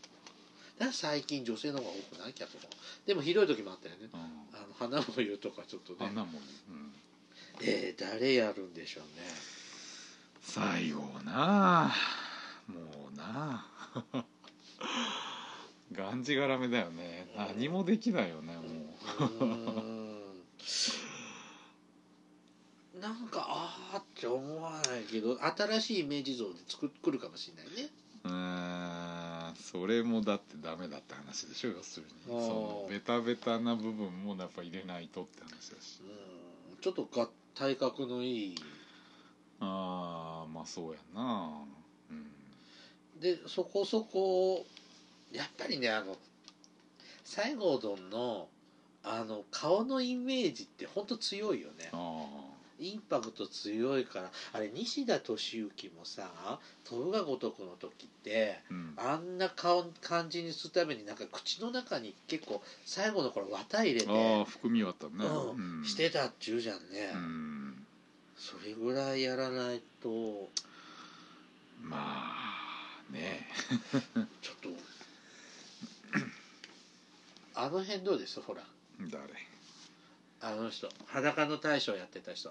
S1: だから最近女性の方が多くない脚本でもひどい時もあったよね
S2: ああ
S1: あの花も言うとかちょっと
S2: あんな
S1: ね
S2: もん、うん、
S1: えー、誰やるんでしょうね
S2: 最後なあもうな あがんじがらめだよね
S1: うん
S2: 何もできないよねも
S1: うーんなんかああって思わないけど新しいイメージ像で作くるかもしれないね
S2: ううーんそれもだってダメだって話でしょ要するにそ
S1: ああ
S2: のベタベタな部分もやっぱ入れないとって話だし
S1: うんちょっとが体格のいい
S2: ああまあそうやなうん
S1: でそこそこやっぱりねあの西郷どんのあの顔のイメージってほんと強いよね
S2: あ
S1: インパクト強いからあれ西田敏行もさ「飛ぶが如く」の時って
S2: あうん
S1: あんな顔感じにするためになんか口の中に結構最後の頃綿入れ
S2: ああ
S1: て
S2: 含みはあったね、
S1: うん
S2: うん
S1: してたっちゅうじゃんね、
S2: うん
S1: それぐらいやらないと
S2: まあね
S1: ちょっとあの辺どうですほら
S2: え誰
S1: あの人裸の大将やってた人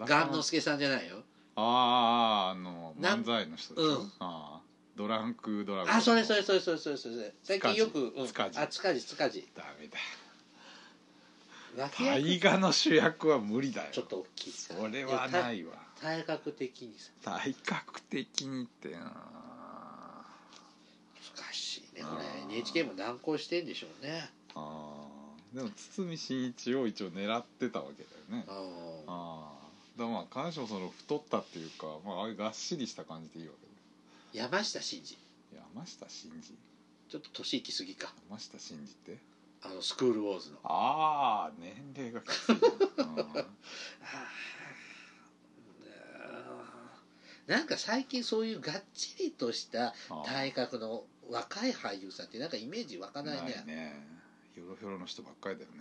S2: あ
S1: 雁之助さんじゃないよ
S2: ああの
S1: なん
S2: 漫才の人でしょ、
S1: うん
S2: ああドランクドラゴン
S1: あそれそれそれそれそれそれ最近よくうん
S2: 塚地
S1: あ塚地塚地
S2: ダメだ
S1: 脇役
S2: 大河の主役は無理だよ
S1: ちょっと大きいか
S2: それはい
S1: や
S2: ないわ
S1: た体格的にさ
S2: 体格的にってな
S1: 難しいねこ
S2: あー
S1: れ NHK も難航してんでしょうね
S2: ああでも堤真一を一応狙ってたわけだよね
S1: うん
S2: ああだからまあ彼女はその太ったっていうか、まあ、ああいうがっしりした感じでいいわけ
S1: 山下真司
S2: だよ山下真司
S1: ちょっと年いきすぎか
S2: 山下真司って
S1: あのスクールウォーズの
S2: ああ年齢がきついな、
S1: なんか最近そういうがっちりとした
S2: うん
S1: 体格の若い俳優さんってなんかイメージ湧かないね
S2: ないねひょろひょろの人ばっかりだよね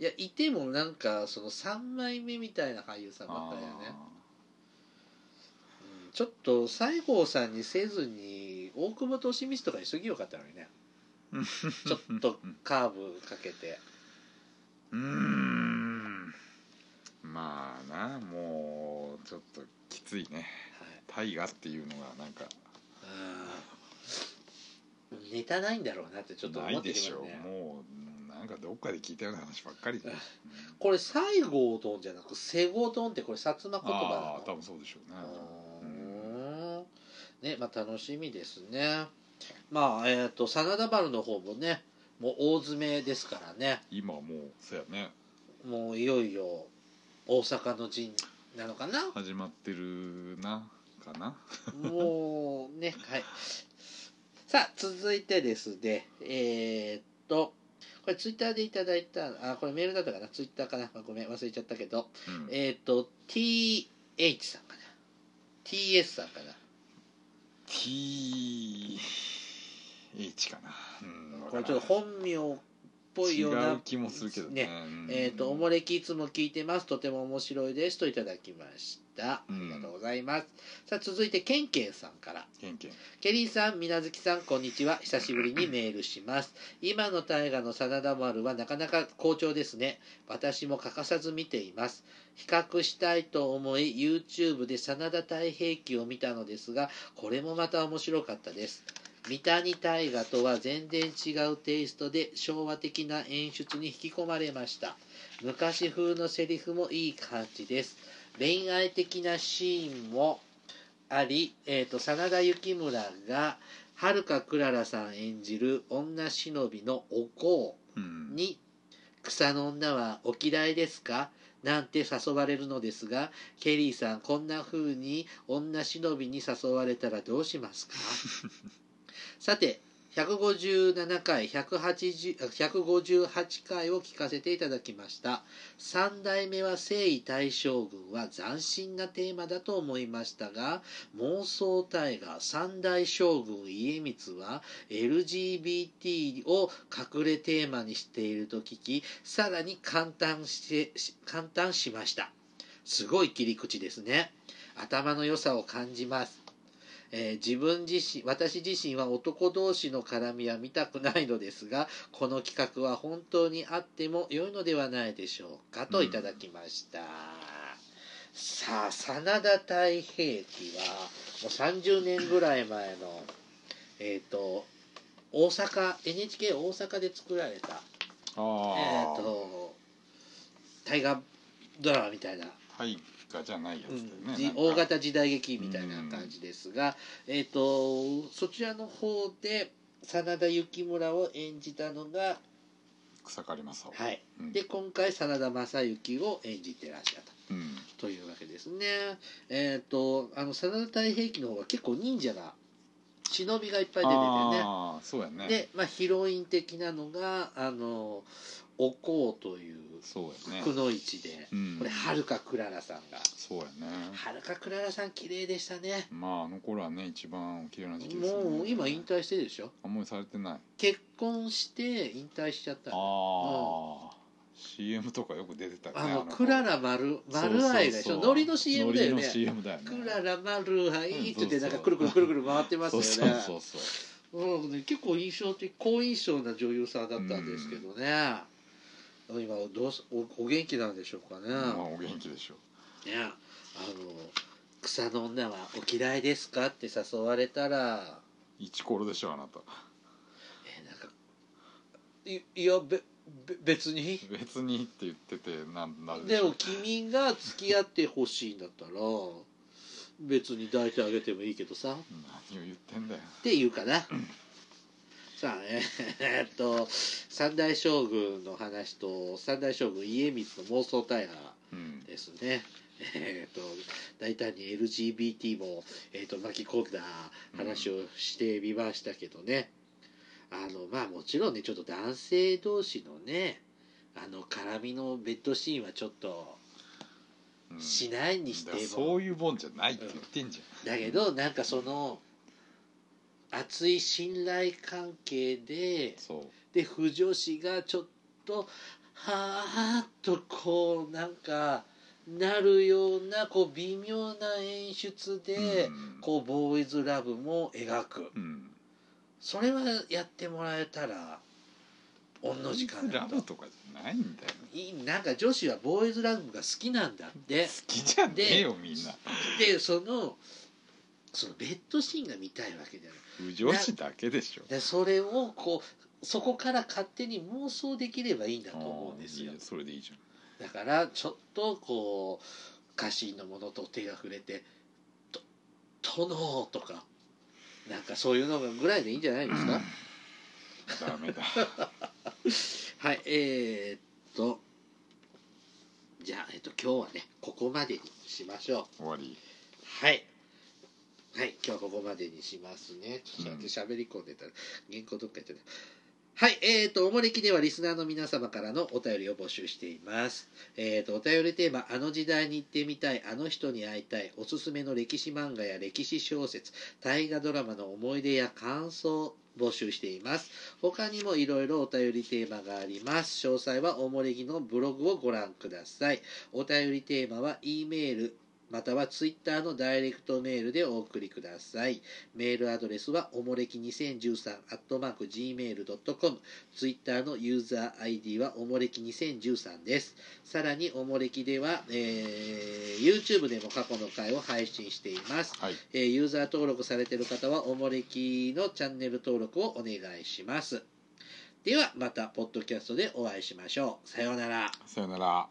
S1: いやいてもなんかその3枚目みたいな俳優さんばっかりだよね、うんちょっと西郷さんにせずに大久保利光 とかにすぎよかったのにね
S2: ああ
S1: ちょっとカーブかけて
S2: うーんまあなもうちょっときついね
S1: はい
S2: 大河っていうのがなんか
S1: あーネタないんだろうなってちょっと
S2: な
S1: 思
S2: い
S1: って
S2: で
S1: き
S2: し
S1: ま
S2: ょ
S1: すね
S2: もうなんかどっかで聞いたような話ばっかりで、
S1: うん
S2: うん
S1: これ西郷どんじゃなく西郷どんってこれ薩摩言
S2: あ
S1: 葉
S2: あ
S1: な
S2: 多
S1: の
S2: 分そうでしょうね
S1: うーんねまあ楽しみですねまあえっ、と真田丸の方もねもう大詰めですからね
S2: 今もうそうやね
S1: もういよいよ大阪の陣なのかな
S2: 始まってるなかな
S1: もうね、 はい。さあ、続いてですね、えーっと、これツイッターでいただいた、あ、これメールだったかな、ツイッターかな、ごめん、忘れちゃったけど、
S2: うん
S1: えーっと、TH さんかな、TS さんかな、
S2: TH かな、うん、
S1: これちょっと本名っぽいよう
S2: 違
S1: な
S2: う、気もするけどねうん
S1: えーっと、おもれきいつも聞いてます、とても面白いですといただきました。あ
S2: うん
S1: りがとうございます。さあ、続いて、ケンケンさんから。
S2: ケンケン
S1: ケリーさん、みなずきさん、こんにちは。久しぶりにメールします。今の大河の真田丸はなかなか好調ですね。私も欠かさず見ています。比較したいと思い、YouTube で真田太平記を見たのですが、これもまた面白かったです。三谷大河とは全然違うテイストで昭和的な演出に引き込まれました。昔風のセリフもいい感じです。恋愛的なシーンもあり、えー、と真田幸村が遥かクララさん演じる女忍びのおこ
S2: うん
S1: うに「草の女はお嫌いですか?」なんて誘われるのですがケリーさんこんな風に女忍びに誘われたらどうしますかさて157回180あ158回を聞かせていただきました三代目は征夷大将軍は斬新なテーマだと思いましたが妄想大河三大将軍家光は LGBT を隠れテーマにしていると聞きさらに簡単してし簡単しましたすごい切り口ですね頭の良さを感じますえー自分自身私自身は男同士の絡みは見たくないのですがこの企画は本当にあっても良いのではないでしょうかといただきました、さあ真田太平記はもう30年ぐらい前のえっ、と大阪 NHK 大阪で作られたえ
S2: ああ
S1: っ、と大河ドラマみたいな
S2: 大河じゃないやつだ
S1: う
S2: よ
S1: ん
S2: ね
S1: じ
S2: なんか
S1: 大型時代劇みたいな感じですが、えっ、とそちらの方で真田幸村を演じたのが
S2: 草刈正雄
S1: はい
S2: うん
S1: で今回真田昌幸を演じてらっしゃった
S2: うん
S1: というわけですねえっ、とあの真田太平記の方は結構忍者が忍びがいっぱい出ててね
S2: ああそうやね
S1: で、まあ、ヒロイン的なのがあのおこうという
S2: そうやね
S1: くのいちで、
S2: うん
S1: これはるかクララさんが
S2: そうやね
S1: はるかクララさん綺麗でしたね
S2: まああの頃はね一番綺麗な時期ですよね
S1: もう今引退してるでしょ
S2: あんまりされてない
S1: 結婚して引退しちゃった
S2: あ
S1: の
S2: あ CM とかよく出てたよね
S1: あの
S2: 頃
S1: クララ丸丸愛でしょ
S2: そうそうそう
S1: ノリの CM だよ
S2: ノ
S1: ね
S2: リの CM だよね
S1: クララ丸愛って言って
S2: うんそ
S1: な
S2: う
S1: か
S2: んそう
S1: くるくるくるくる回ってます
S2: そ
S1: よ
S2: う
S1: ね
S2: そうそうそう
S1: うんね結構印象的好印象な女優さんだったんですけどね、今どうすおお元気なんでしょうかね,、
S2: まあお元気でしょ
S1: ねあの「草の女はお嫌いですか?」って誘われたら
S2: 一コロでしょあなた
S1: えなんかいいやべべ別に
S2: 別にって言っててなんなる
S1: で
S2: しょ
S1: も君が付き合ってほしいんだったら別に抱いてあげてもいいけどさっ
S2: 何を言ってんだよ
S1: て言うかなさあえーっと三大将軍の話と三大将軍家光の妄想大河
S2: うん
S1: ですねえーっと大胆に LGBT も、えーっと巻き込んだ話をしてみましたけどね、あのまあもちろんねちょっと男性同士のねあの絡みのベッドシーンはちょっと
S2: うん
S1: しないにして
S2: だから
S1: も、
S2: そういうもんじゃないって言ってんじ
S1: だけどなんかその熱い信頼関係で
S2: ゃんそう
S1: で不女子がちょっとはーっとこうなんかなるようなこう微妙な演出で、
S2: うん
S1: こうボーイズラブも描く
S2: うん
S1: それはやってもらえたら同じかな
S2: ラブ
S1: と
S2: とかじゃないんだよ
S1: いいなんか女子はボーイズラブが好きなんだって
S2: 好きじゃねえよみんな
S1: でそのそのベッドシーンが見たいわけじゃない
S2: 不女子だけでしょ
S1: でそれをこうそこから勝手に妄想できればいいんだと思うんですよ
S2: あーいいそれでいいじ
S1: だからちょっとこう家臣のものと手が触れて「と殿」とかなんかそういうのがぐらいでいいんじゃないですか、
S2: ゃ んダメだ
S1: はいえー、っとじゃあ、えっと、今日はねここまでにしましょう
S2: 終わり
S1: はい。はい、今日はここまでにしますね。ちょっと待って喋り込んでたら、原稿どっか行っちゃった。はい、えーと、おもれきではリスナーの皆様からのお便りを募集しています。えーと、お便りテーマ、あの時代に行ってみたい、あの人に会いたい、おすすめの歴史漫画や歴史小説、大河ドラマの思い出や感想を募集しています。他にもいろいろお便りテーマがあります。詳細はおもれきのブログをご覧ください。お便りテーマは、E メール、またはツイッターのダイレクトメールでお送りください。メールアドレスはおもれき2013アットマーク Gmail.com ツイッターのユーザー ID はおもれき2013です。さらにおもれきでは、えー YouTube でも過去の回を配信しています。
S2: はい
S1: えーユーザー登録されている方はおもれきのチャンネル登録をお願いします。ではまたポッドキャストでお会いしましょう。さようなら。
S2: さよなら